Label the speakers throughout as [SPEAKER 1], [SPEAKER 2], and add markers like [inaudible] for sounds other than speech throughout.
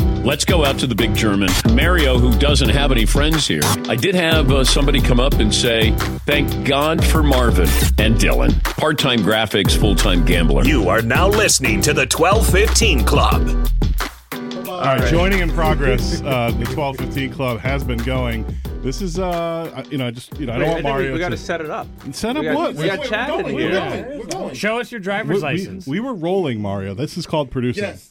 [SPEAKER 1] Let's go out to the big German. Mario, who doesn't have any friends here, I did have uh, somebody come up and say, Thank God for Marvin and Dylan. Part time graphics, full time gambler.
[SPEAKER 2] You are now listening to the 1215 Club.
[SPEAKER 3] All right, joining in progress. Uh, the twelve fifteen club has been going. This is, uh, you know, I just you know, I don't want
[SPEAKER 4] I think we-
[SPEAKER 3] Mario
[SPEAKER 4] we got
[SPEAKER 3] to
[SPEAKER 4] to set it up.
[SPEAKER 3] set up
[SPEAKER 4] we gotta-
[SPEAKER 3] what
[SPEAKER 4] we gotta chat in
[SPEAKER 3] we're
[SPEAKER 4] here.
[SPEAKER 3] going, we're going.
[SPEAKER 5] Show us your
[SPEAKER 3] We-
[SPEAKER 5] driver's
[SPEAKER 3] We,
[SPEAKER 5] license.
[SPEAKER 3] we were rolling Mario. This is called producing.
[SPEAKER 6] Yes.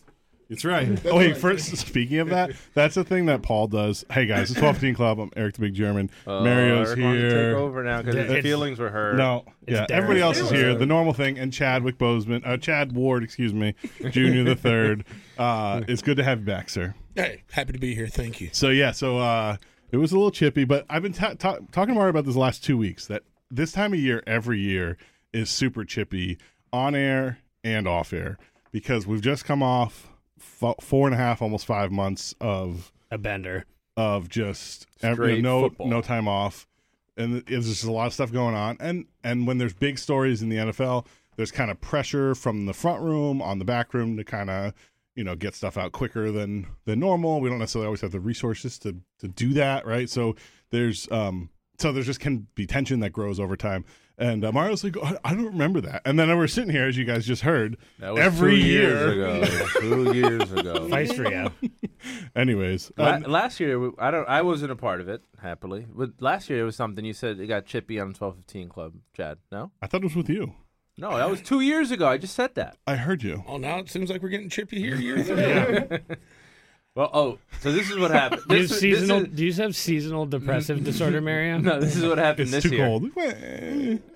[SPEAKER 3] It's right. oh, wait,
[SPEAKER 6] right.
[SPEAKER 3] first, speaking of that, that's the thing that Paul does. Hey, guys, it's 1215 Club. I'm Eric the Big German. Mario's
[SPEAKER 4] Uh, Eric wants to
[SPEAKER 3] here.
[SPEAKER 4] Take over now because his
[SPEAKER 5] It's-
[SPEAKER 4] feelings were hurt.
[SPEAKER 3] No, yeah,
[SPEAKER 5] Derek.
[SPEAKER 3] everybody else is
[SPEAKER 6] Taylor.
[SPEAKER 3] here. The normal thing, and Chadwick Bozeman, uh, Chad Ward, excuse me, Junior the
[SPEAKER 4] [laughs]
[SPEAKER 3] Third. Uh, it's good to have you back, sir.
[SPEAKER 6] Hey, happy to be here. Thank you.
[SPEAKER 3] So yeah, so uh, it was a little chippy, but I've been ta- ta- talking to Mario about this last two weeks. That this time of year, every year, is super chippy on air and off air because we've just come off fo- four and a half, almost five months of
[SPEAKER 5] a bender.
[SPEAKER 3] of just ev-
[SPEAKER 4] Straight
[SPEAKER 3] no
[SPEAKER 4] football.
[SPEAKER 3] no time off, and th- there's just a lot of stuff going on. And and when there's big stories in the NFL, there's kind of pressure from the front room on the back room to kind of you know get stuff out quicker than than normal. We don't necessarily always have the resources to to do that, right? So there's um so there's just can be tension that grows over time. And uh, Mario's like, "Oh, I don't remember that. And then we're sitting here, as you guys just heard,
[SPEAKER 4] That was
[SPEAKER 3] every
[SPEAKER 4] two
[SPEAKER 3] year.
[SPEAKER 4] years [laughs] ago. two years ago.
[SPEAKER 5] Vice Rio.
[SPEAKER 3] Anyways,
[SPEAKER 4] La-
[SPEAKER 3] um,
[SPEAKER 4] last year, we- I don't. I wasn't a part of it, happily. But last year, it was something you said it got chippy on twelve fifteen club. Chad, no,
[SPEAKER 3] I thought it was with you.
[SPEAKER 4] no, that was two years ago. I just said that.
[SPEAKER 3] I heard you.
[SPEAKER 6] Oh, now it seems like we're getting chippy here. Years yeah.
[SPEAKER 4] Well, oh, so this is [laughs] what happened.
[SPEAKER 5] Do you,
[SPEAKER 4] This,
[SPEAKER 5] have
[SPEAKER 4] is-
[SPEAKER 5] seasonal,
[SPEAKER 4] This is,
[SPEAKER 5] do you have seasonal depressive [laughs] disorder, Mario?
[SPEAKER 4] no, this is what happened
[SPEAKER 3] It's
[SPEAKER 4] this
[SPEAKER 3] too
[SPEAKER 4] year.
[SPEAKER 3] cold.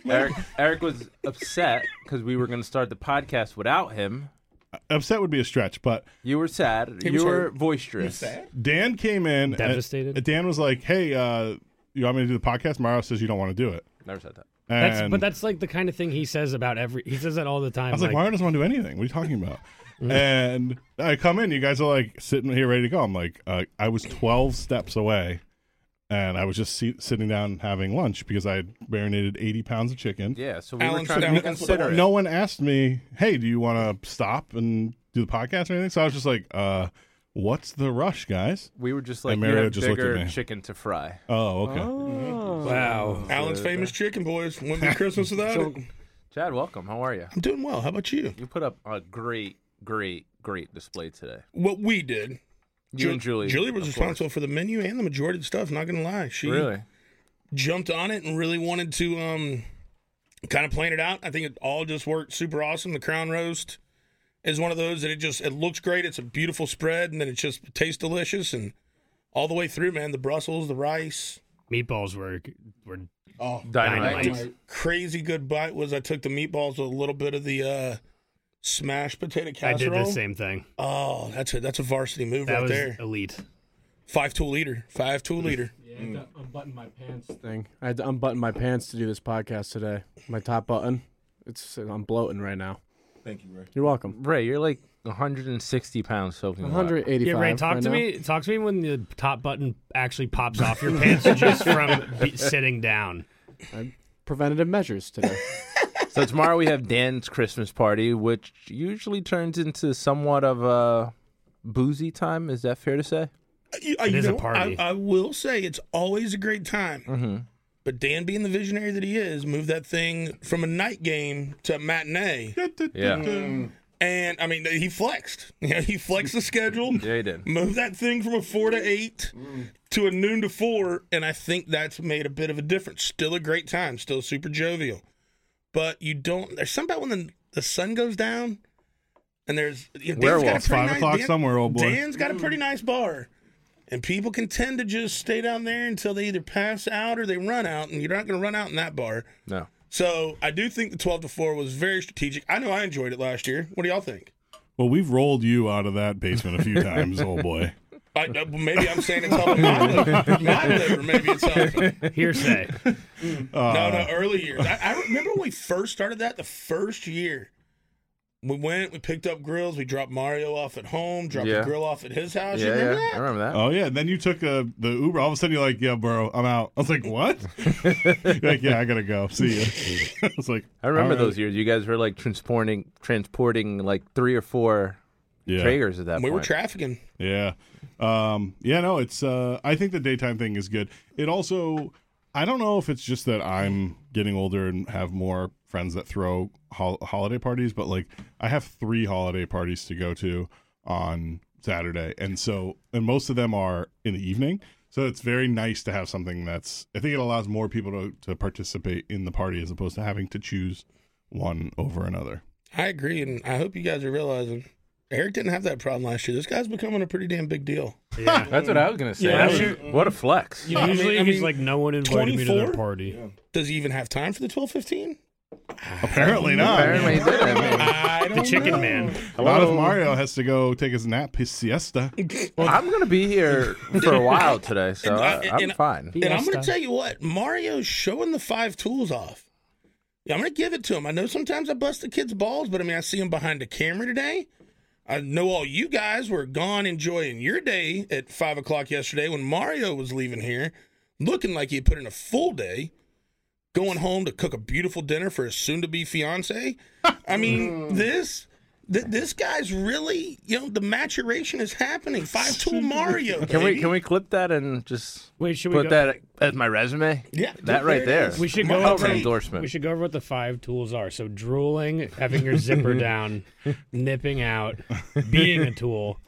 [SPEAKER 4] Eric, Eric was upset because we were going to start the podcast without him.
[SPEAKER 3] upset would be a stretch, but
[SPEAKER 4] You were sad.
[SPEAKER 6] was
[SPEAKER 4] you were
[SPEAKER 6] hurt.
[SPEAKER 4] boisterous.
[SPEAKER 3] Dan came in and-
[SPEAKER 5] Devastated.
[SPEAKER 3] Dan was like, "Hey, uh, you want me to do the podcast?" Mario says you don't want to do it.
[SPEAKER 4] Never said that.
[SPEAKER 3] And
[SPEAKER 5] That's, but that's like the kind of thing he says about every. He says that all the time.
[SPEAKER 3] I was like, "Mario doesn't want to do anything. What are you talking
[SPEAKER 5] [laughs]
[SPEAKER 3] about?" and I come in, you guys are like sitting here ready to go. I'm like, uh, I was 12 steps away, and I was just se- sitting down having lunch because I had marinated 80 pounds of chicken.
[SPEAKER 4] Yeah, so we were
[SPEAKER 6] Alan
[SPEAKER 4] trying to
[SPEAKER 6] Stout.
[SPEAKER 4] be considerate.
[SPEAKER 3] No one asked me, "Hey, do you want to stop and do the podcast or anything?" So I was just like, uh, "What's the rush, guys?"
[SPEAKER 4] We were just like,
[SPEAKER 3] And
[SPEAKER 4] you
[SPEAKER 3] Mario
[SPEAKER 4] have
[SPEAKER 3] just looked at
[SPEAKER 4] bigger
[SPEAKER 3] me.
[SPEAKER 4] chicken to fry.
[SPEAKER 3] Oh, okay.
[SPEAKER 5] wow.
[SPEAKER 6] Alan's famous chicken boys. Wouldn't
[SPEAKER 3] [laughs]
[SPEAKER 6] be Christmas without it.
[SPEAKER 4] Chad, welcome. How are you?
[SPEAKER 6] I'm doing well. How about you?
[SPEAKER 4] You put up a great, great, great display today.
[SPEAKER 6] What we did.
[SPEAKER 4] You and Julie.
[SPEAKER 6] Julie was
[SPEAKER 4] of
[SPEAKER 6] responsible for the menu and the majority of the stuff. Not gonna lie, she
[SPEAKER 4] course. Really?
[SPEAKER 6] jumped on it and really wanted to um, kind of plan it out. I think it all just worked super awesome. The crown roast is one of those that it just it looks great. It's a beautiful spread, and then it just tastes delicious and all the way through, man. The Brussels, the rice,
[SPEAKER 5] Meatballs were were
[SPEAKER 6] oh,
[SPEAKER 4] Dynamite.
[SPEAKER 5] Dynamite.
[SPEAKER 6] crazy good bite was I took the meatballs with a little bit of the uh, smashed potato
[SPEAKER 5] I
[SPEAKER 6] casserole.
[SPEAKER 5] did the same thing.
[SPEAKER 6] Oh, that's a that's a varsity move
[SPEAKER 5] That
[SPEAKER 6] right
[SPEAKER 5] was
[SPEAKER 6] there.
[SPEAKER 5] elite.
[SPEAKER 6] Five tool leader, five tool leader.
[SPEAKER 5] Unbutton my pants.
[SPEAKER 7] thing. I had to unbutton my pants to do this podcast today. My top button. It's I'm bloating right now. Thank you, Ray. You're welcome.
[SPEAKER 4] Ray, you're like 160 pounds soaking wet.
[SPEAKER 7] 185.
[SPEAKER 5] Yeah, Ray, talk
[SPEAKER 7] right
[SPEAKER 5] to
[SPEAKER 7] now.
[SPEAKER 5] me. Talk to me when the top button actually pops off [laughs] your pants just from be- sitting down.
[SPEAKER 7] Preventative
[SPEAKER 5] [laughs]
[SPEAKER 7] measures today.
[SPEAKER 4] So tomorrow we have Dan's Christmas party, which usually turns into somewhat of a boozy time. Is that fair to say?
[SPEAKER 6] You- uh,
[SPEAKER 5] It
[SPEAKER 6] you
[SPEAKER 5] is a
[SPEAKER 6] know,
[SPEAKER 5] party.
[SPEAKER 6] I, I will say it's always a great time. But Dan, being the visionary that he is, moved that thing from a night game to a matinee.
[SPEAKER 3] Mm-hmm.
[SPEAKER 4] Yeah.
[SPEAKER 6] And I mean, he flexed. [laughs] You know, he flexed the schedule,
[SPEAKER 4] Yeah, he did.
[SPEAKER 6] moved that thing from a four to eight to a noon to four. And I think that's made a bit of a difference. Still a great time, still super jovial. But you don't, there's something about when the, the sun goes down and there's, you know, Dan's got a
[SPEAKER 4] Werewolf,
[SPEAKER 6] pretty
[SPEAKER 3] five
[SPEAKER 6] nice-
[SPEAKER 3] o'clock
[SPEAKER 6] Dan-
[SPEAKER 3] somewhere, old boy.
[SPEAKER 6] Dan's got a pretty nice bar. And people can tend to just stay down there until they either pass out or they run out, and you're not going to run out in that bar.
[SPEAKER 4] No.
[SPEAKER 6] So I do think the 12 to 4 was very strategic. I know I enjoyed it last year. What do y'all think?
[SPEAKER 3] Well, we've rolled you out of that basement a
[SPEAKER 4] [laughs]
[SPEAKER 3] few times, old boy.
[SPEAKER 6] I, uh, maybe I'm saying it's helping my liver. My liver, maybe it's helping.
[SPEAKER 5] [laughs] Hearsay.
[SPEAKER 6] no, no, early years. I, I remember when we first started that the first year. We went, we picked up grills, we dropped Mario off at home, dropped
[SPEAKER 4] Yeah.
[SPEAKER 6] the grill off at his house. you
[SPEAKER 4] Yeah,
[SPEAKER 6] remember
[SPEAKER 4] yeah. I
[SPEAKER 6] that?
[SPEAKER 4] remember that.
[SPEAKER 3] Oh yeah, and then you took uh, the Uber. All of a sudden, you're like, "Yeah, bro, I'm out." I was like,
[SPEAKER 4] [laughs]
[SPEAKER 3] "What?" You're like, yeah, I gotta go. See you. [laughs] I was like,
[SPEAKER 4] I remember
[SPEAKER 3] "All right."
[SPEAKER 4] those years. You guys were like transporting, transporting like three or four
[SPEAKER 3] Yeah.
[SPEAKER 4] Traegers at that
[SPEAKER 6] We
[SPEAKER 4] point.
[SPEAKER 6] were trafficking.
[SPEAKER 3] Yeah. Um, yeah, no, it's uh I think the daytime thing is good. It also I don't know if it's just that I'm getting older and have more friends that throw hol- holiday parties, but like I have 3 holiday parties to go to on Saturday. And so and most of them are in the evening. So it's very nice to have something that's I think it allows more people to to participate in the party as opposed to having to choose one over another.
[SPEAKER 6] I agree, and I hope you guys are realizing Eric didn't have that problem last year. This guy's becoming a pretty damn big deal.
[SPEAKER 5] Yeah.
[SPEAKER 4] That's what I was gonna say.
[SPEAKER 5] Yeah.
[SPEAKER 4] That's- What a flex.
[SPEAKER 5] You know,
[SPEAKER 6] I mean-
[SPEAKER 5] usually
[SPEAKER 6] I
[SPEAKER 5] he's
[SPEAKER 6] mean,
[SPEAKER 5] like, no one invited me to their
[SPEAKER 6] 24?
[SPEAKER 5] party.
[SPEAKER 6] Does he even have time for the twelve fifteen?
[SPEAKER 3] Apparently not.
[SPEAKER 4] Apparently, it did. I mean,
[SPEAKER 6] I don't
[SPEAKER 5] The Chicken
[SPEAKER 6] know.
[SPEAKER 5] Man.
[SPEAKER 3] Not if Mario has to go take his nap, his siesta.
[SPEAKER 4] I'm gonna be here for a while today, so
[SPEAKER 6] And I-
[SPEAKER 4] I, I'm
[SPEAKER 6] and I-
[SPEAKER 4] fine.
[SPEAKER 6] And I'm going
[SPEAKER 5] Fiesta.
[SPEAKER 6] to tell you what, Mario's showing the five tools off. Yeah, I'm going to give it to him. I know sometimes I bust the kids' balls, but I mean, I see him behind the camera today. I know all you guys were gone enjoying your day at five o'clock yesterday when Mario was leaving here, looking like he had put in a full day, going home to cook a beautiful dinner for his soon-to-be fiance. I mean, this. th- This guy's really, you know, the maturation is happening. Five tool Mario.
[SPEAKER 4] Can we
[SPEAKER 6] baby.
[SPEAKER 4] can we clip that and just
[SPEAKER 5] Wait, should we
[SPEAKER 4] put
[SPEAKER 5] go-
[SPEAKER 4] that as my resume?
[SPEAKER 6] Yeah,
[SPEAKER 4] that
[SPEAKER 6] there it
[SPEAKER 4] right there. Oh,
[SPEAKER 6] is.
[SPEAKER 5] We should
[SPEAKER 6] Come
[SPEAKER 5] go
[SPEAKER 6] on,
[SPEAKER 5] over
[SPEAKER 6] Tate.
[SPEAKER 4] endorsement.
[SPEAKER 5] We should go over what the five tools are. So drooling, having your
[SPEAKER 4] [laughs]
[SPEAKER 5] zipper down, nipping out, being a tool,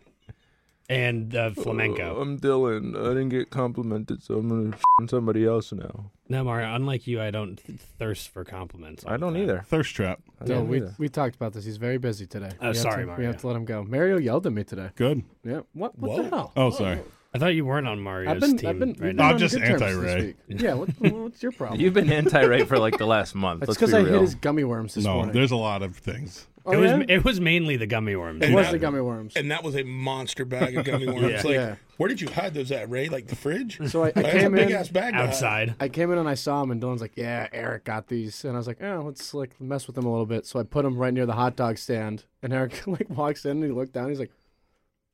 [SPEAKER 5] and uh, flamenco.
[SPEAKER 4] I'm Dylan. I didn't get complimented, so I'm gonna f- somebody else now.
[SPEAKER 5] No, Mario. Unlike you, I don't th- thirst for compliments. all
[SPEAKER 4] I
[SPEAKER 5] the
[SPEAKER 4] don't
[SPEAKER 5] time.
[SPEAKER 4] either.
[SPEAKER 3] Thirst trap.
[SPEAKER 4] I
[SPEAKER 7] No,
[SPEAKER 4] don't
[SPEAKER 7] we,
[SPEAKER 4] either.
[SPEAKER 7] we talked about this. He's very busy today.
[SPEAKER 5] Oh,
[SPEAKER 7] We have
[SPEAKER 5] sorry,
[SPEAKER 7] to- We
[SPEAKER 5] Mario.
[SPEAKER 7] have to let him go. Mario yelled at me today.
[SPEAKER 3] Good.
[SPEAKER 7] Yeah. What, what the hell?
[SPEAKER 3] Oh, sorry.
[SPEAKER 5] I thought you weren't on Mario's
[SPEAKER 7] I've been,
[SPEAKER 5] team
[SPEAKER 7] I've been,
[SPEAKER 5] right
[SPEAKER 7] we've
[SPEAKER 5] now.
[SPEAKER 7] been
[SPEAKER 3] I'm
[SPEAKER 7] on
[SPEAKER 3] just
[SPEAKER 7] good terms this
[SPEAKER 3] anti-Ray.
[SPEAKER 7] week. Yeah, what, what's your
[SPEAKER 4] [laughs]
[SPEAKER 7] problem?
[SPEAKER 4] You've been anti-rate for like the last month.
[SPEAKER 7] That's
[SPEAKER 4] Let's
[SPEAKER 7] because
[SPEAKER 4] be
[SPEAKER 7] I
[SPEAKER 4] real.
[SPEAKER 7] hit his gummy worms this
[SPEAKER 3] No,
[SPEAKER 7] morning.
[SPEAKER 3] there's a lot of things.
[SPEAKER 7] oh,
[SPEAKER 5] it was
[SPEAKER 7] yeah?
[SPEAKER 5] it was mainly the gummy worms.
[SPEAKER 7] It was the gummy worms.
[SPEAKER 6] and that was a monster bag of
[SPEAKER 3] [laughs]
[SPEAKER 6] gummy worms.
[SPEAKER 5] Yeah.
[SPEAKER 6] Like,
[SPEAKER 7] Yeah.
[SPEAKER 6] where did you hide those at, Ray? Like the fridge?
[SPEAKER 7] So I, I
[SPEAKER 6] That's a
[SPEAKER 7] came
[SPEAKER 6] big
[SPEAKER 7] in.
[SPEAKER 6] ass bag to hide.
[SPEAKER 4] [laughs]
[SPEAKER 5] outside.
[SPEAKER 7] I came in and I saw him, and Dylan's like, "Yeah, Eric got these," and I was like, "Oh, let's like mess with them a little bit." So I put him right near the hot dog stand, and Eric [laughs] like walks in and he looked down. He's like,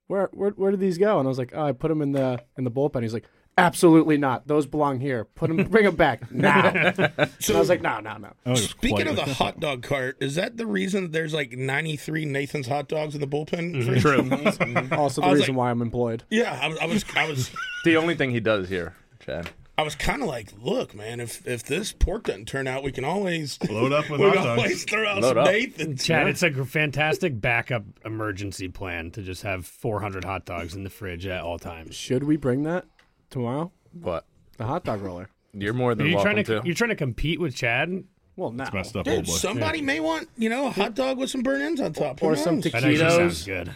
[SPEAKER 7] "Where, where, where did these go?" And I was like, "Oh, I put them in the in the bullpen." He's like, "Absolutely not. Those belong here. Put them, bring them back now." and I was like, "No, no, no."
[SPEAKER 3] Oh,
[SPEAKER 6] Speaking of the hot dog cart, is that the reason there's like 93 Nathan's hot dogs in the bullpen?
[SPEAKER 3] Mm-hmm.
[SPEAKER 6] fridge?
[SPEAKER 3] [laughs]
[SPEAKER 7] True. also, the
[SPEAKER 6] was
[SPEAKER 7] reason
[SPEAKER 6] like-
[SPEAKER 7] why I'm employed.
[SPEAKER 6] [laughs] Yeah, I, was- I was, I was,
[SPEAKER 4] the only thing he does here, Chad.
[SPEAKER 6] I was kind of like, look, man, if if this pork doesn't turn out, we can always
[SPEAKER 3] load up with
[SPEAKER 6] [laughs] we
[SPEAKER 3] hot
[SPEAKER 6] can
[SPEAKER 3] dogs.
[SPEAKER 6] always throw out
[SPEAKER 4] Load
[SPEAKER 6] some
[SPEAKER 4] up.
[SPEAKER 6] Nathan's.
[SPEAKER 5] Chad, it's a gr- fantastic backup emergency plan to just have 400 hot dogs in the fridge at all times.
[SPEAKER 7] Should we bring that tomorrow?
[SPEAKER 4] What?
[SPEAKER 7] The hot dog roller.
[SPEAKER 4] You're more
[SPEAKER 5] Are
[SPEAKER 4] than
[SPEAKER 5] you
[SPEAKER 4] welcome
[SPEAKER 5] trying to,
[SPEAKER 4] to.
[SPEAKER 5] you're trying to compete with Chad?
[SPEAKER 7] Well, now
[SPEAKER 3] Messed up, old
[SPEAKER 6] Dude,
[SPEAKER 3] boy.
[SPEAKER 6] somebody may want you know a hot dog with some burnt ends on top, Who
[SPEAKER 7] Or some
[SPEAKER 6] knows?
[SPEAKER 7] tequila.
[SPEAKER 5] That actually
[SPEAKER 7] Cheetos.
[SPEAKER 5] sounds good.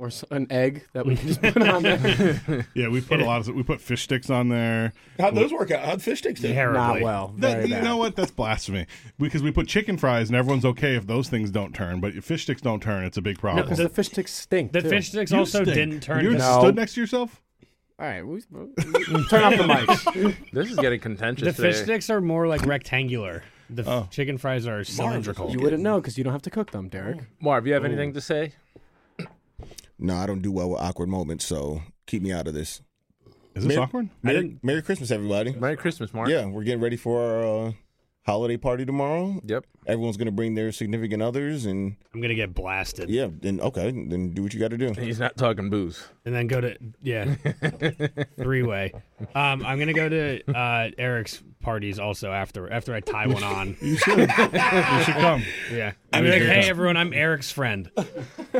[SPEAKER 7] or s- an egg that we can just put
[SPEAKER 3] [laughs]
[SPEAKER 7] on there.
[SPEAKER 3] yeah, we put a lot of we put fish sticks on there.
[SPEAKER 6] How'd those work out? How'd fish sticks do?
[SPEAKER 5] Terribly.
[SPEAKER 7] Not well.
[SPEAKER 3] That,
[SPEAKER 7] very
[SPEAKER 3] you
[SPEAKER 7] bad.
[SPEAKER 3] know what? That's blasphemy because we put chicken fries and everyone's okay if those things don't turn, but if fish sticks don't turn, it's a big problem.
[SPEAKER 7] Because the, fish sticks stink.
[SPEAKER 5] The
[SPEAKER 7] too.
[SPEAKER 5] fish sticks
[SPEAKER 3] You
[SPEAKER 5] also
[SPEAKER 3] stink.
[SPEAKER 5] didn't turn.
[SPEAKER 3] You
[SPEAKER 5] good.
[SPEAKER 7] No.
[SPEAKER 3] stood next to yourself.
[SPEAKER 7] All right, we, [laughs] we- turn off the mics.
[SPEAKER 4] [laughs] This is getting contentious.
[SPEAKER 5] The fish
[SPEAKER 4] today.
[SPEAKER 5] sticks are more like rectangular. The f- chicken fries are cylindrical.
[SPEAKER 7] You wouldn't know because you don't have to cook them, Derek.
[SPEAKER 4] Marv, you have anything to say?
[SPEAKER 8] No, I don't do well with awkward moments, so keep me out of this.
[SPEAKER 3] Is this awkward?
[SPEAKER 8] Merry, Merry Christmas, everybody.
[SPEAKER 4] Merry Christmas, Mark.
[SPEAKER 8] Yeah, we're getting ready for our uh, holiday party tomorrow.
[SPEAKER 4] Yep.
[SPEAKER 8] Everyone's gonna bring their significant others, and
[SPEAKER 5] I'm gonna get blasted
[SPEAKER 8] yeah, then okay, then do what you got to do.
[SPEAKER 4] He's not talking booze.
[SPEAKER 5] and then go to yeah three way. Um, I'm gonna go to uh, Eric's parties also after after I tie one on.
[SPEAKER 3] You should. you should come.
[SPEAKER 5] Yeah, I'm like, hey everyone, I'm Eric's friend.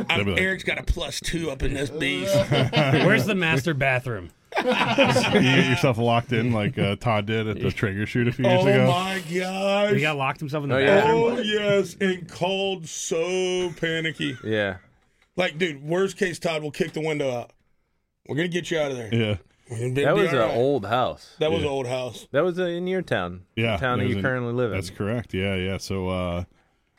[SPEAKER 6] I'm,
[SPEAKER 3] be like-
[SPEAKER 6] Eric's got a plus two up in this
[SPEAKER 3] [laughs]
[SPEAKER 6] beast.
[SPEAKER 5] Where's the master bathroom?
[SPEAKER 3] You get yourself locked in like uh, Todd did at the Traeger shoot a few years
[SPEAKER 6] oh
[SPEAKER 3] ago.
[SPEAKER 6] my gosh!
[SPEAKER 5] He got locked himself in the
[SPEAKER 4] Oh, yeah.
[SPEAKER 5] bathroom.
[SPEAKER 6] Oh yes, and called so panicky.
[SPEAKER 4] Yeah.
[SPEAKER 6] Like, dude, worst case, Todd will kick the window out. We're gonna get you out of there.
[SPEAKER 3] Yeah.
[SPEAKER 6] It'd be-
[SPEAKER 4] That
[SPEAKER 6] be
[SPEAKER 4] was
[SPEAKER 6] all
[SPEAKER 4] an
[SPEAKER 6] right.
[SPEAKER 4] old house.
[SPEAKER 6] That was an old house.
[SPEAKER 4] That was uh, in your town.
[SPEAKER 3] Yeah,
[SPEAKER 4] The town that
[SPEAKER 3] there's
[SPEAKER 4] you
[SPEAKER 3] an-
[SPEAKER 4] currently live in.
[SPEAKER 3] That's correct. Yeah, yeah. So uh,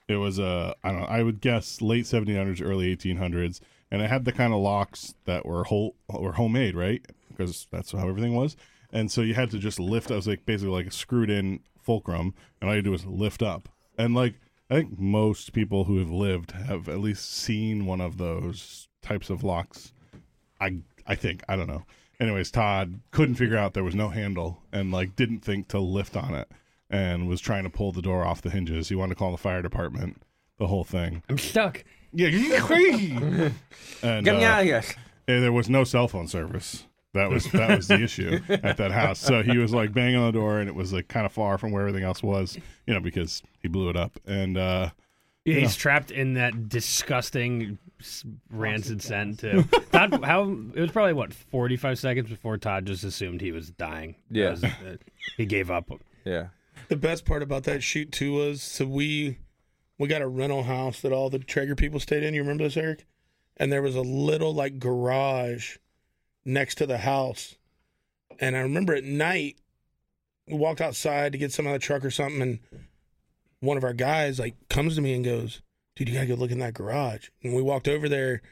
[SPEAKER 3] it was uh, I don't know. I would guess late 1700s, early 1800s, and it had the kind of locks that were whole were homemade, right? Because that's how everything was. And so you had to just lift. I was like basically like a screwed in fulcrum, and all you do is lift up. And like I think most people who have lived have at least seen one of those types of locks I I think I don't know. Anyways, Todd couldn't figure out there was no handle and like didn't think to lift on it and was trying to pull the door off the hinges. He wanted to call the fire department, the whole thing.
[SPEAKER 5] I'm stuck.
[SPEAKER 3] Yeah, [laughs] and
[SPEAKER 4] Get me
[SPEAKER 3] uh,
[SPEAKER 4] out of here.
[SPEAKER 3] and there was no cell phone service. That was that was the issue at that house. So he was like banging on the door, and it was like kind of far from where everything else was, you know, because he blew it up. And uh,
[SPEAKER 5] Yeah, He's trapped in that disgusting s- rancid scent too. [laughs] Todd, how it was probably what forty five seconds before Todd just assumed he was dying. That
[SPEAKER 4] Yeah.
[SPEAKER 5] was- uh, he gave up.
[SPEAKER 4] Yeah.
[SPEAKER 6] The best part about that shoot too was so we we got a rental house that all the Traeger people stayed in. You remember this, Eric? And there was a little like garage next to the house. And I remember at night we walked outside to get some out of the truck or something, and one of our guys like comes to me and goes, "Dude, you gotta go look in that garage." And we walked over there,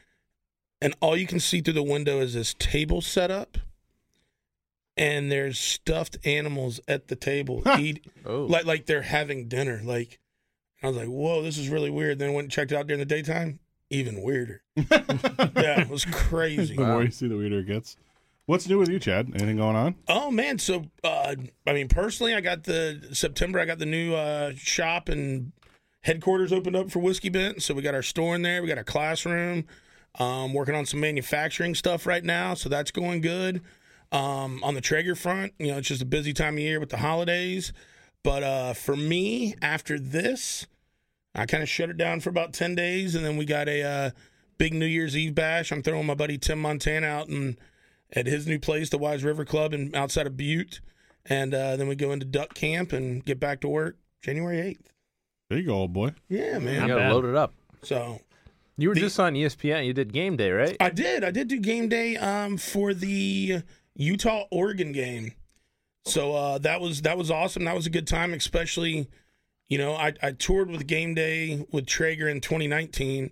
[SPEAKER 6] and all you can see through the window is this table set up, and there's stuffed animals at the table. eat,
[SPEAKER 4] Oh.
[SPEAKER 6] like like they're having dinner. Like I was like, whoa, this is really weird. Then I went and checked it out during the daytime. Even weirder. yeah, it was crazy.
[SPEAKER 3] the more you see, the weirder it gets. What's new with you, Chad? Anything going on?
[SPEAKER 6] Oh man, so uh, I mean, personally, I got the September. I got the new uh, shop and headquarters opened up for Whiskey Bent. So we got our store in there. We got our classroom. Um, working on some manufacturing stuff right now, so that's going good. Um, on the Traeger front, you know, it's just a busy time of year with the holidays. But uh, for me, after this, I kind of shut it down for about 10 days. And then we got a uh, big New Year's Eve bash. I'm throwing my buddy Tim Montana out and at his new place, the Wise River Club, and outside of Butte. And uh, then we go into duck camp and get back to work January 8th.
[SPEAKER 3] There you go, old boy.
[SPEAKER 6] Yeah,
[SPEAKER 4] You
[SPEAKER 6] man.
[SPEAKER 4] gotta
[SPEAKER 5] bad.
[SPEAKER 4] load it up.
[SPEAKER 6] So
[SPEAKER 4] You were
[SPEAKER 6] The-
[SPEAKER 4] just on E ESPN. You did game day, right?
[SPEAKER 6] I did. I did do game day um, for the Utah Oregon game. So uh, that was that was awesome. That was a good time, especially you know I, I toured with game day with Traeger in 2019.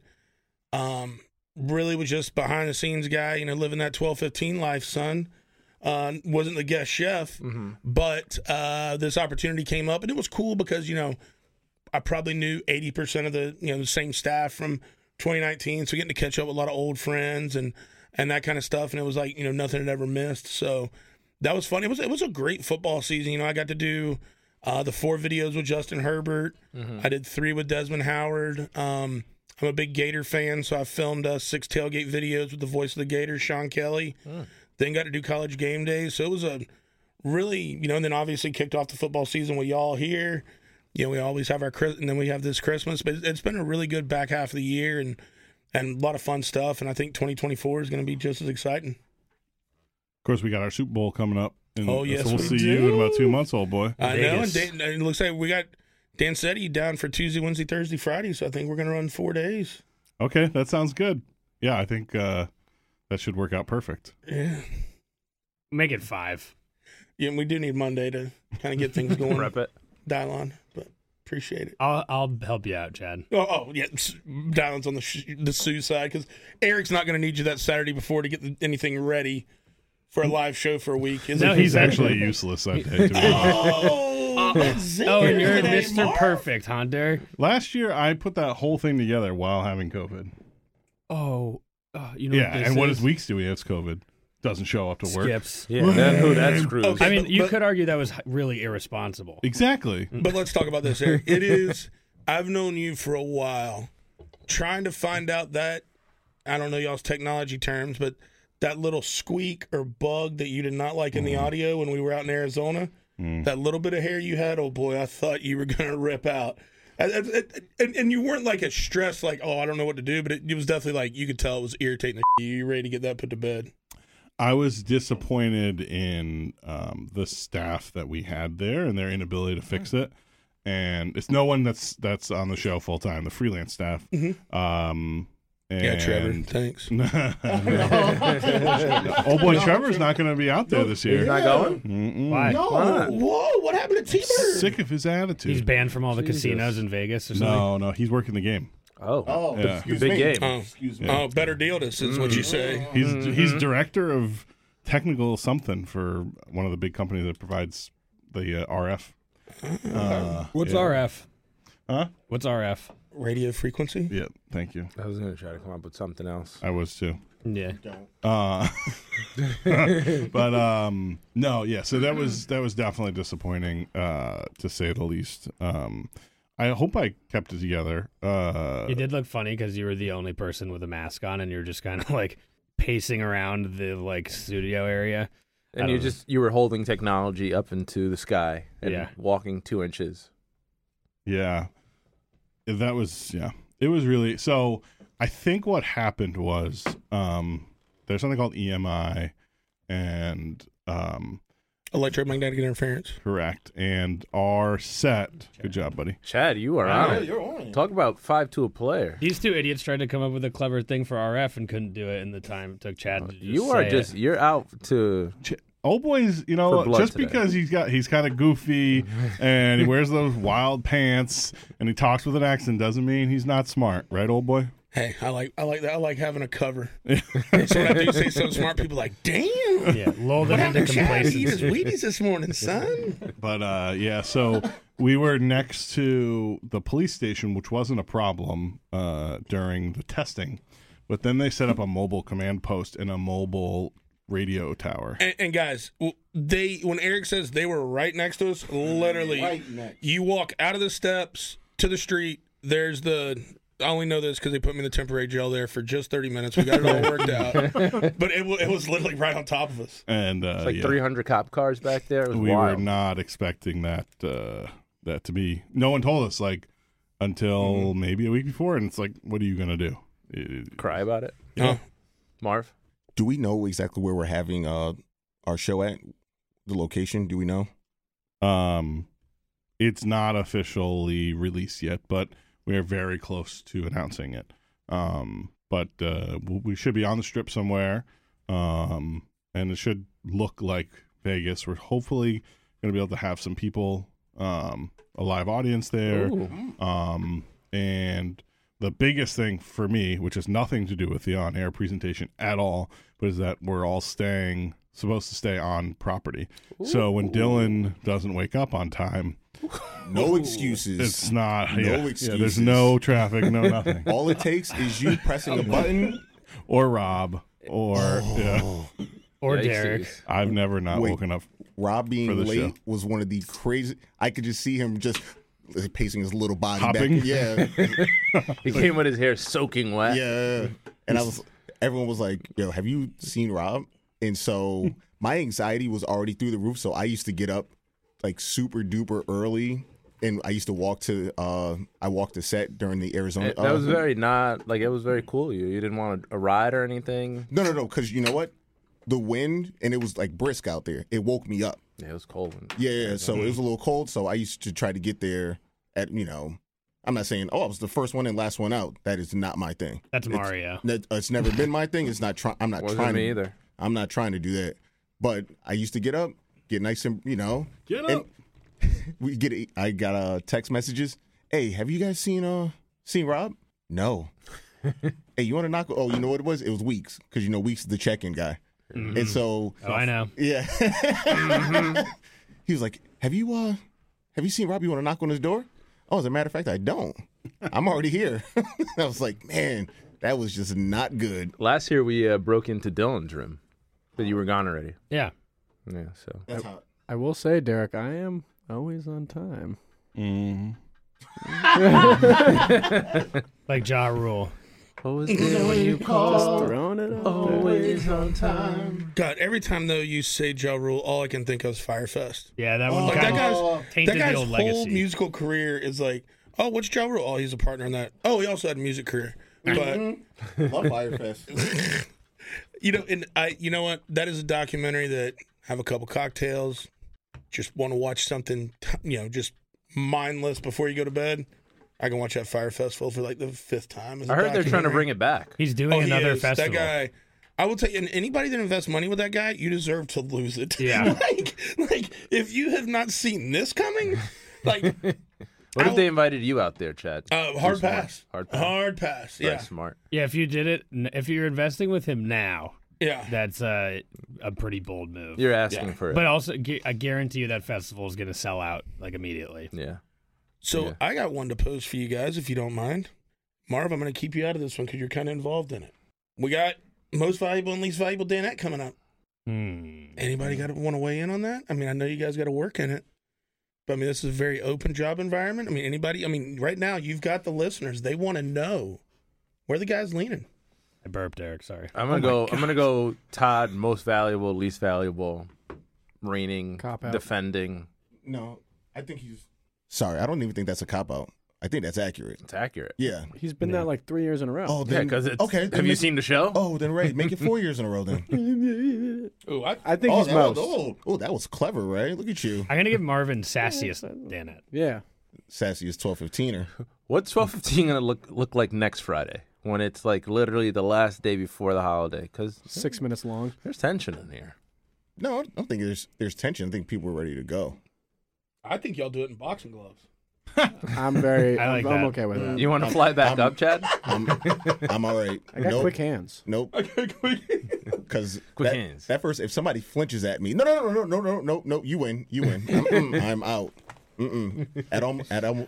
[SPEAKER 6] Um, really was just behind the scenes guy, you know, living that 1215 life, son. Uh, wasn't the guest chef, but uh, this opportunity came up, and it was cool because you know I probably knew 80% of the you know the same staff from 2019, so getting to catch up with a lot of old friends and and that kind of stuff, and it was like you know nothing had ever missed. So that was fun. It was it was a great football season. You know, I got to do uh, the four videos with Justin Herbert. I did three with Desmond Howard. Um, I'm a big Gator fan, so I filmed uh, six tailgate videos with the voice of the Gators, Sean Kelly. Then got to do college game day. So it was a really, you know, and then obviously kicked off the football season with y'all here. You know, we always have our Chris, and then we have this Christmas, but it's been a really good back half of the year and and a lot of fun stuff. And I think 2024 is going to be just as exciting.
[SPEAKER 3] Of course, we got our Super Bowl coming up. And
[SPEAKER 6] Oh, yes,
[SPEAKER 3] so we'll
[SPEAKER 6] we
[SPEAKER 3] see
[SPEAKER 6] do.
[SPEAKER 3] you in about two months, old boy.
[SPEAKER 6] I know, and,
[SPEAKER 5] Vegas.
[SPEAKER 6] Dan, and it looks like we got Dan Setti down for Tuesday, Wednesday, Thursday, Friday. So I think we're going to run four days.
[SPEAKER 3] Okay, that sounds good. Yeah, I think uh, that should work out perfect.
[SPEAKER 6] Yeah,
[SPEAKER 5] Make it five.
[SPEAKER 6] yeah. And we do need Monday to kind of get things going,
[SPEAKER 4] Prep it.
[SPEAKER 6] dial on, but appreciate it.
[SPEAKER 5] I'll I'll help you out, Chad.
[SPEAKER 6] Oh, oh yeah, s- dialing on the sh- the Sue side because Eric's not going to need you that Saturday before to get the, anything ready for a live show for a week. Is
[SPEAKER 5] No,
[SPEAKER 6] it? [laughs]
[SPEAKER 3] He's actually useless that day. To be honest.
[SPEAKER 6] Oh, that's it.
[SPEAKER 5] [laughs] Oh, and you're
[SPEAKER 6] Hey,
[SPEAKER 5] Mr.
[SPEAKER 6] Mark.
[SPEAKER 5] Perfect, huh, Derek?
[SPEAKER 3] Last year, I put that whole thing together while having COVID.
[SPEAKER 5] Oh, oh, you know.
[SPEAKER 3] Yeah,
[SPEAKER 5] this
[SPEAKER 3] and what
[SPEAKER 5] is?
[SPEAKER 3] is weeks do we have COVID? Doesn't show up to work.
[SPEAKER 5] skips?
[SPEAKER 4] Yeah. Then who? That's screws.
[SPEAKER 6] Okay.
[SPEAKER 5] I mean,
[SPEAKER 6] But-
[SPEAKER 5] you
[SPEAKER 6] but-
[SPEAKER 5] could argue that was h- really irresponsible.
[SPEAKER 3] Exactly.
[SPEAKER 6] But let's talk about this, Eric. It is. I've known you for a while, trying to find out that I don't know y'all's technology terms, but that little squeak or bug that you did not like in the audio when we were out in Arizona. That little bit of hair you had, oh boy, I thought you were gonna rip out. And- And, and- and- and you weren't like a stress, like oh I don't know what to do, but it, it was definitely like you could tell it was irritating. The you You ready to get that put to bed?
[SPEAKER 3] I was disappointed in um, the staff that we had there and their inability to fix it. And it's no one that's that's on the show full time. The freelance staff. Um, and
[SPEAKER 6] Yeah, Trevor, [laughs] thanks.
[SPEAKER 3] oh boy, Trevor's not going to be out there this year.
[SPEAKER 4] He's not going.
[SPEAKER 3] Mm-mm.
[SPEAKER 5] Why?
[SPEAKER 6] Oh, whoa! What happened to T Bird?
[SPEAKER 3] Sick of his attitude.
[SPEAKER 5] He's banned from all the casinos in Vegas or something.
[SPEAKER 3] no, no, he's working the game.
[SPEAKER 4] Oh.
[SPEAKER 8] Oh,
[SPEAKER 3] Yeah.
[SPEAKER 8] excuse
[SPEAKER 4] Big
[SPEAKER 8] me.
[SPEAKER 4] game.
[SPEAKER 6] Oh,
[SPEAKER 8] Excuse me.
[SPEAKER 6] oh, better deal this is what you say.
[SPEAKER 3] He's he's director of technical something for one of the big companies that provides the uh, RF. Uh,
[SPEAKER 5] What's
[SPEAKER 3] yeah.
[SPEAKER 5] RF?
[SPEAKER 3] Huh?
[SPEAKER 5] What's RF?
[SPEAKER 6] Radio frequency.
[SPEAKER 3] Yeah, thank you.
[SPEAKER 4] I was gonna try to come up with something else.
[SPEAKER 3] I was too.
[SPEAKER 5] Yeah.
[SPEAKER 3] Uh, [laughs] but um, no, yeah. So that was that was definitely disappointing, uh, to say the least. Um, I hope I kept it together. Uh,
[SPEAKER 5] It did look funny because you were the only person with a mask on, and you're just kind of [laughs] like pacing around the like studio area. I
[SPEAKER 4] And you
[SPEAKER 5] don't know.
[SPEAKER 4] just you were holding technology up into the sky and
[SPEAKER 5] Yeah.
[SPEAKER 4] walking two inches.
[SPEAKER 3] Yeah. That was yeah. It was really so I think what happened was um there's something called EMI and um
[SPEAKER 6] Electromagnetic interference.
[SPEAKER 3] correct and our set good job buddy
[SPEAKER 4] Chad, you are on. it. Talk about five to a player.
[SPEAKER 5] These two idiots tried to come up with a clever thing for RF and couldn't do it in the time it took
[SPEAKER 6] Uh,
[SPEAKER 5] Chad. To just
[SPEAKER 4] You are
[SPEAKER 5] say
[SPEAKER 4] just
[SPEAKER 5] it.
[SPEAKER 4] you're out to
[SPEAKER 3] Ch- old boy's you
[SPEAKER 4] For
[SPEAKER 3] know
[SPEAKER 4] blood
[SPEAKER 3] just
[SPEAKER 4] today.
[SPEAKER 3] because he's got he's kind of goofy
[SPEAKER 4] [laughs]
[SPEAKER 3] and he wears those wild pants and he talks with an accent doesn't mean he's not smart right old boy
[SPEAKER 6] Hey, I like I like that. I like having a cover. so when I do say something smart, people are like, damn.
[SPEAKER 5] yeah, lull
[SPEAKER 6] What
[SPEAKER 5] them into
[SPEAKER 6] happened to Chad? He eat his
[SPEAKER 5] complacency.
[SPEAKER 6] Wheaties this morning, son.
[SPEAKER 3] But uh, yeah, so we were next to the police station, which wasn't a problem uh, during the testing. But then they set up a mobile command post and a mobile radio tower.
[SPEAKER 6] And, and guys, w- they when Eric says they were right next to us, literally, you walk out of the steps to the street. There's the. I only know this because they put me in the temporary jail there for just 30 minutes. We got it all worked out, but it, wa- it was literally right on top of us.
[SPEAKER 3] And uh,
[SPEAKER 4] like
[SPEAKER 3] yeah,
[SPEAKER 4] 300 cop cars back there. It was
[SPEAKER 3] we
[SPEAKER 4] wild.
[SPEAKER 3] were not expecting that uh, that to be. No one told us like until
[SPEAKER 4] Mm-hmm.
[SPEAKER 3] maybe a week before, and it's like, what are you gonna do? It-
[SPEAKER 4] Cry about it,
[SPEAKER 6] Huh?
[SPEAKER 4] Marv.
[SPEAKER 8] Do we know exactly where we're having uh, our show at? The location? Do we know?
[SPEAKER 3] Um, it's not officially released yet, but we are very close to announcing it. Um, but uh, w- we should be on the strip somewhere, um, and it should look like Vegas. We're hopefully going to be able to have some people, um, a live audience there. Um, and the biggest thing for me, which has nothing to do with the on air presentation at all, but is that we're all staying, supposed to stay on property. So when Dylan doesn't wake up on time,
[SPEAKER 8] No excuses.
[SPEAKER 3] it's [laughs] not.
[SPEAKER 8] No
[SPEAKER 3] yeah, yeah, there's
[SPEAKER 8] excuses.
[SPEAKER 3] no traffic, no nothing.
[SPEAKER 8] All it takes is you
[SPEAKER 3] [laughs]
[SPEAKER 8] pressing a button.
[SPEAKER 3] or Rob, or yeah,
[SPEAKER 5] or
[SPEAKER 4] Yikesies.
[SPEAKER 5] Derek.
[SPEAKER 3] I've never not
[SPEAKER 8] Wait.
[SPEAKER 3] woken up.
[SPEAKER 8] Rob
[SPEAKER 3] For the
[SPEAKER 8] being late
[SPEAKER 3] show.
[SPEAKER 8] was one of the crazy. I could just see him just uh, pacing his little body
[SPEAKER 3] Hopping?
[SPEAKER 8] back. Yeah,
[SPEAKER 3] [laughs]
[SPEAKER 4] He came with his hair soaking wet.
[SPEAKER 8] yeah. And I was, everyone was like, "Yo, have you seen Rob?" And so my anxiety was already through the roof. So I used to get up like super duper early, and I used to walk to. uh I walked the set during the Arizona.
[SPEAKER 4] It- that was
[SPEAKER 8] uh,
[SPEAKER 4] very not like it was very cool. You you didn't want a, a ride or anything.
[SPEAKER 8] No, no, no. Because you know what? The wind and it was like brisk out there. It woke me up.
[SPEAKER 4] Yeah, it was cold.
[SPEAKER 8] Yeah, yeah. So it was a little cold. So I used to try to get there at you know. I'm not saying oh I was the first one and last one out. That is not my thing.
[SPEAKER 5] That's
[SPEAKER 8] It's-
[SPEAKER 5] Mario.
[SPEAKER 8] That- It's never been my thing. It's not trying. I'm not
[SPEAKER 4] Wasn't
[SPEAKER 8] trying
[SPEAKER 4] me
[SPEAKER 8] to
[SPEAKER 4] either.
[SPEAKER 8] I'm not trying to do that. But I used to get up, get nice and you know. Get up. [laughs] we get. a- I got uh, text messages. Hey, have you guys seen uh seen Rob? [laughs] No. hey, you want to knock? Oh, you know what it was? It was Weeks because you know Weeks is the check-in guy, and so
[SPEAKER 5] Oh, I know.
[SPEAKER 8] yeah. Mm-hmm. [laughs] he was like, "Have you uh, have you seen Rob? You want to knock on his door?" Oh, as a matter of fact, I don't. I'm already here. [laughs] I was like, man, that was just not good.
[SPEAKER 4] Last year we uh, broke into Dylan's room, but you were gone already.
[SPEAKER 5] Yeah.
[SPEAKER 4] Yeah, so
[SPEAKER 8] That's hot.
[SPEAKER 7] I will say, Derek, I am always on time.
[SPEAKER 5] Like Ja Rule.
[SPEAKER 4] always there when you
[SPEAKER 7] Just
[SPEAKER 4] call,
[SPEAKER 7] throwing it out
[SPEAKER 4] always on time.
[SPEAKER 6] God, every time though you say Ja Rule, all I can think of is Firefest.
[SPEAKER 5] Yeah, that one
[SPEAKER 6] Like Oh,
[SPEAKER 5] kind
[SPEAKER 6] that
[SPEAKER 5] of
[SPEAKER 6] guy's
[SPEAKER 5] tainted
[SPEAKER 6] that guy's
[SPEAKER 5] the old
[SPEAKER 6] whole
[SPEAKER 5] legacy.
[SPEAKER 6] musical career is like, oh, what's Ja Rule? Oh, he's a partner in that. Oh, he also had a music career. But
[SPEAKER 4] Mm-hmm.
[SPEAKER 8] there. Love [laughs] Firefest.
[SPEAKER 6] you know, and I you know what? That is a documentary that have a couple cocktails, just want to watch something you know, just mindless before you go to bed. I can watch that Fire Festival for like the fifth time. as a
[SPEAKER 4] I heard they're trying to
[SPEAKER 6] documentary.
[SPEAKER 4] bring it back.
[SPEAKER 5] He's doing
[SPEAKER 6] Oh, he
[SPEAKER 5] another
[SPEAKER 6] is.
[SPEAKER 5] festival.
[SPEAKER 6] That guy, I will tell you, and anybody that invests money with that guy, you deserve to lose it. [laughs]
[SPEAKER 5] Yeah.
[SPEAKER 6] like, like if you have not seen this coming, like
[SPEAKER 4] What if
[SPEAKER 6] Ow.
[SPEAKER 4] they invited you out there, Chad?
[SPEAKER 6] uh,
[SPEAKER 4] Just
[SPEAKER 6] hard
[SPEAKER 4] one.
[SPEAKER 6] pass,
[SPEAKER 4] Hard pass.
[SPEAKER 6] hard pass.
[SPEAKER 4] Very
[SPEAKER 6] Yeah,
[SPEAKER 4] smart.
[SPEAKER 5] Yeah, if you did it, n- if you're investing with him now,
[SPEAKER 6] yeah.
[SPEAKER 5] that's uh, a pretty bold move.
[SPEAKER 4] You're asking for it.
[SPEAKER 5] But also, gu- I guarantee you that festival is going to sell out like immediately.
[SPEAKER 4] yeah.
[SPEAKER 6] So
[SPEAKER 4] Yeah.
[SPEAKER 6] I got one to post for you guys, if you don't mind. Marv, I'm going to keep you out of this one because you're kind of involved in it. We got most valuable and least valuable Danette coming up.
[SPEAKER 5] Hmm.
[SPEAKER 6] Mm-hmm. Anybody got to want to weigh in on that? I mean, I know you guys got to work in it, But I mean, this is a very open job environment. I mean, anybody. I mean, right now you've got the listeners; they want to know where the guy's leaning.
[SPEAKER 5] I burped, Eric. Sorry.
[SPEAKER 4] I'm gonna go. I'm gonna go. Todd, most valuable, least valuable, reigning,
[SPEAKER 7] Cop out.
[SPEAKER 4] defending.
[SPEAKER 8] No, I think he's. Sorry, I don't even think that's a cop out. I think that's accurate.
[SPEAKER 4] It's accurate.
[SPEAKER 8] Yeah.
[SPEAKER 7] He's been there like three years in a row.
[SPEAKER 8] Oh,
[SPEAKER 4] Yeah,
[SPEAKER 8] then,
[SPEAKER 4] because it's.
[SPEAKER 8] okay.
[SPEAKER 4] Okay.
[SPEAKER 8] then
[SPEAKER 4] Have you
[SPEAKER 8] make-
[SPEAKER 4] seen the show?
[SPEAKER 8] Oh, then right. Make it four years in a row. Then.
[SPEAKER 7] [laughs]
[SPEAKER 8] Ooh,
[SPEAKER 7] I think he's
[SPEAKER 8] that
[SPEAKER 7] most.
[SPEAKER 8] Was, oh, oh, that was clever, right? Look at you,
[SPEAKER 5] I'm gonna give Marvin sassiest than it.
[SPEAKER 7] Yeah.
[SPEAKER 8] sassy is twelve fifteen.
[SPEAKER 4] What's twelve fifteen gonna look look like next Friday when it's like literally the last day before the holiday? Because
[SPEAKER 7] Six minutes long.
[SPEAKER 4] there's tension in here.
[SPEAKER 8] No, I don't think there's there's tension. I think people are ready to go.
[SPEAKER 6] I think y'all do it in boxing gloves. [laughs]
[SPEAKER 7] I'm very.
[SPEAKER 5] I
[SPEAKER 7] I
[SPEAKER 5] like
[SPEAKER 7] am
[SPEAKER 5] that.
[SPEAKER 7] okay with that.
[SPEAKER 4] You want to fly back
[SPEAKER 8] I'm-
[SPEAKER 4] up,
[SPEAKER 8] [laughs]
[SPEAKER 4] Chad?
[SPEAKER 8] I'm,
[SPEAKER 7] [laughs]
[SPEAKER 8] I'm all right.
[SPEAKER 7] I got
[SPEAKER 8] nope,
[SPEAKER 7] quick hands.
[SPEAKER 8] Nope. Because
[SPEAKER 4] Quick
[SPEAKER 8] that,
[SPEAKER 4] hands.
[SPEAKER 8] that first, if somebody flinches at me, no, no, no, no, no, no, no, no, you win, you win. I'm, mm, I'm out. Mm-mm. At al- at al-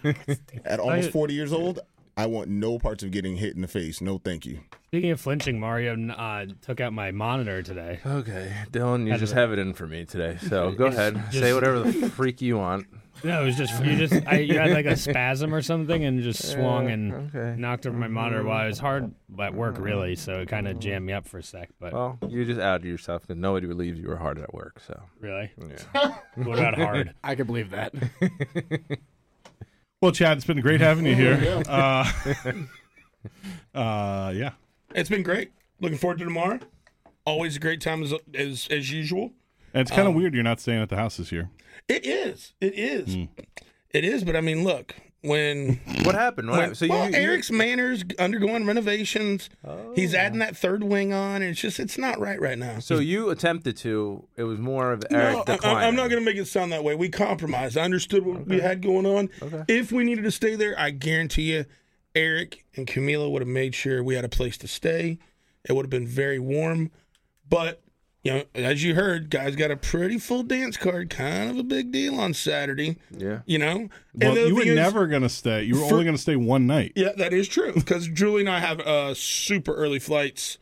[SPEAKER 8] at almost forty years old, I want no parts of getting hit in the face. No, thank you.
[SPEAKER 5] Speaking of flinching, Mario uh, took out my monitor today.
[SPEAKER 4] Okay, Dylan, you
[SPEAKER 5] Had
[SPEAKER 4] just
[SPEAKER 5] to-
[SPEAKER 4] have it in for me today. So go
[SPEAKER 5] It's
[SPEAKER 4] ahead, say
[SPEAKER 5] just-
[SPEAKER 4] whatever the freak you want.
[SPEAKER 5] No, it was just you just I, you had like a spasm or something and just swung and
[SPEAKER 4] okay.
[SPEAKER 5] knocked over my monitor. While it was hard at work, really, so it kind of jammed me up for a sec. But
[SPEAKER 4] Well, you just outed yourself because nobody believes you were hard at work. So
[SPEAKER 5] really, what about hard?
[SPEAKER 7] I could believe [laughs] that.
[SPEAKER 3] Well, Chad, it's been great having you here. Uh, uh, [laughs] yeah.
[SPEAKER 6] It's been great. Looking forward to tomorrow. Always a great time as as, as usual.
[SPEAKER 3] And it's kind of weird you're not staying at the house this year.
[SPEAKER 6] It is. It is.
[SPEAKER 4] Hmm.
[SPEAKER 6] It is. But I mean, look when
[SPEAKER 4] [laughs] what happened? What happened? So you,
[SPEAKER 6] well,
[SPEAKER 4] you- Oh,
[SPEAKER 6] Eric's manor's undergoing renovations. He's adding that third wing on, and it's just it's not right right now.
[SPEAKER 4] so you attempted to. It was more of Eric
[SPEAKER 6] No, I-
[SPEAKER 4] declining.
[SPEAKER 6] I, am not going to make it sound that way. We compromised. I understood what we had going on. If we needed to stay there, I guarantee you, Eric and Camila would have made sure we had a place to stay. It would have been very warm, but you know, as you heard, guys got a pretty full dance card. Kind of a big deal on Saturday.
[SPEAKER 4] Yeah.
[SPEAKER 6] You know,
[SPEAKER 3] Well,
[SPEAKER 6] the other
[SPEAKER 3] you were
[SPEAKER 6] thing is-
[SPEAKER 3] never going to stay. You were only going to stay one night.
[SPEAKER 6] Yeah, that is true. Because Julie and I have uh, super early flights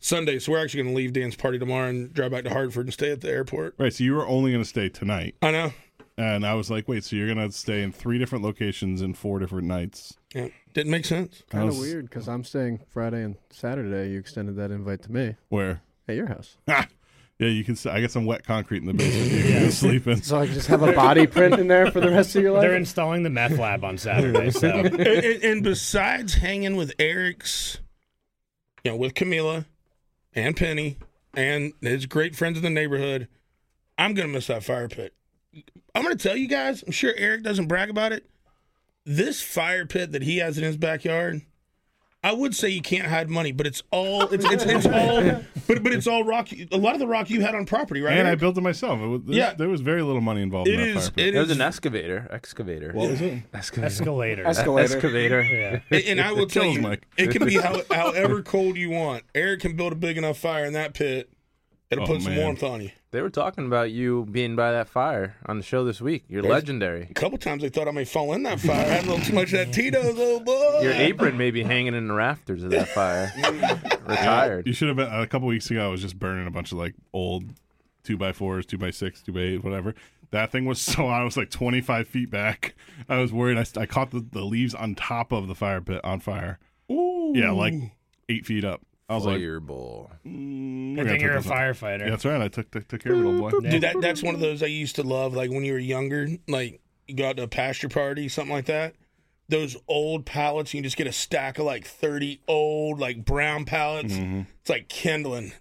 [SPEAKER 6] Sunday, so we're actually going to leave Dan's party tomorrow and drive back to Hartford and stay at the airport.
[SPEAKER 3] Right. So you were only going to stay tonight.
[SPEAKER 6] I know.
[SPEAKER 3] And I was like, wait, so you're going to stay in three different locations in four different nights?
[SPEAKER 6] Yeah, didn't make sense.
[SPEAKER 3] I
[SPEAKER 7] Kind of
[SPEAKER 3] was-
[SPEAKER 7] weird because I'm staying Friday and Saturday. You extended that invite to me
[SPEAKER 3] Where? [laughs]
[SPEAKER 7] at your house,
[SPEAKER 3] Ah, yeah, you can. s- I got some wet concrete in the
[SPEAKER 6] [laughs]
[SPEAKER 3] basement. You can just sleep in.
[SPEAKER 7] so I can just have a body print in there for the rest of your life.
[SPEAKER 5] They're installing the meth lab on Saturday, so
[SPEAKER 6] [laughs] and, and, and besides hanging with Eric's, you know, with Camila and Penny and his great friends in the neighborhood, I'm going to miss that fire pit. I'm going to tell you guys, I'm sure Eric doesn't brag about it. This fire pit that he has in his backyard, I would say you can't hide money, but it's all it's it's, it's
[SPEAKER 3] [laughs]
[SPEAKER 6] all but but it's all rock. A lot of the rock you had on property, right?
[SPEAKER 3] And I
[SPEAKER 6] Eric?
[SPEAKER 3] built it myself. It was, there,
[SPEAKER 6] Yeah.
[SPEAKER 3] there was very little money involved
[SPEAKER 6] it
[SPEAKER 3] in that
[SPEAKER 6] is
[SPEAKER 3] fire pit.
[SPEAKER 6] it
[SPEAKER 4] There was
[SPEAKER 6] is
[SPEAKER 4] an excavator, excavator. What was it? [laughs] Excavator.
[SPEAKER 5] escalator.
[SPEAKER 7] Escalator.
[SPEAKER 4] [laughs] Excavator.
[SPEAKER 5] Yeah.
[SPEAKER 6] And- and I
[SPEAKER 3] [laughs]
[SPEAKER 6] will tell
[SPEAKER 3] kills
[SPEAKER 6] you,
[SPEAKER 3] Mike.
[SPEAKER 6] it can
[SPEAKER 3] [laughs]
[SPEAKER 6] be how, however cold you want. Eric can build a big enough fire in that pit. It'll
[SPEAKER 3] Oh,
[SPEAKER 6] put some
[SPEAKER 3] man.
[SPEAKER 6] warmth on you.
[SPEAKER 4] They were talking about you being by that fire on the show this week. You're legendary.
[SPEAKER 6] A couple times they thought I may fall in that fire. I had a little too much of that Tito's, old boy.
[SPEAKER 4] Your apron may be hanging in the rafters of that [laughs] fire. Retired.
[SPEAKER 3] You should have been a couple weeks ago. I was just burning a bunch of like old two by fours, two by six, two by eight, whatever. That thing was [laughs] so hot. I was like twenty five feet back. I was worried. I, st- I caught the, the leaves on top of the fire pit on fire. Ooh. Yeah, like eight feet up. I was like,
[SPEAKER 4] Fireball.
[SPEAKER 3] mm, we're gonna
[SPEAKER 5] Good thing
[SPEAKER 3] take
[SPEAKER 5] you're a
[SPEAKER 3] this out.
[SPEAKER 5] firefighter.
[SPEAKER 3] Yeah, that's right. I took took, took care of it, old boy.
[SPEAKER 6] Dude, that, that's one of those I used to love. Like when you were younger, like you go out to a pasture party, something like that. Those old pallets, you can just get a stack of like 30 old, like brown pallets.
[SPEAKER 3] Mm-hmm.
[SPEAKER 6] It's like kindling.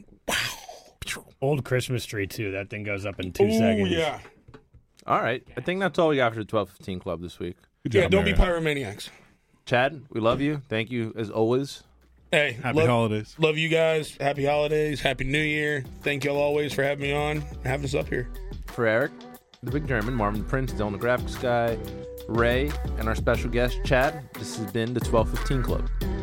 [SPEAKER 5] Old Christmas tree too. That thing goes up in two
[SPEAKER 6] Ooh,
[SPEAKER 5] seconds.
[SPEAKER 6] yeah.
[SPEAKER 4] All right. I think that's all we got for the 1215 Club this week.
[SPEAKER 3] Good
[SPEAKER 6] Yeah,
[SPEAKER 3] job,
[SPEAKER 6] don't be
[SPEAKER 3] Mario.
[SPEAKER 6] pyromaniacs.
[SPEAKER 4] Chad, we love you. Thank you as always.
[SPEAKER 6] Hey,
[SPEAKER 3] Happy
[SPEAKER 6] love-
[SPEAKER 3] holidays.
[SPEAKER 6] Love you guys. Happy holidays. Happy New Year. Thank y'all always for having me on and having us up here.
[SPEAKER 4] For Eric, the Big German, Marvin Prince, Dylan the Graphics Guy, Ray, and our special guest, Chad, this has been the 1215 Club.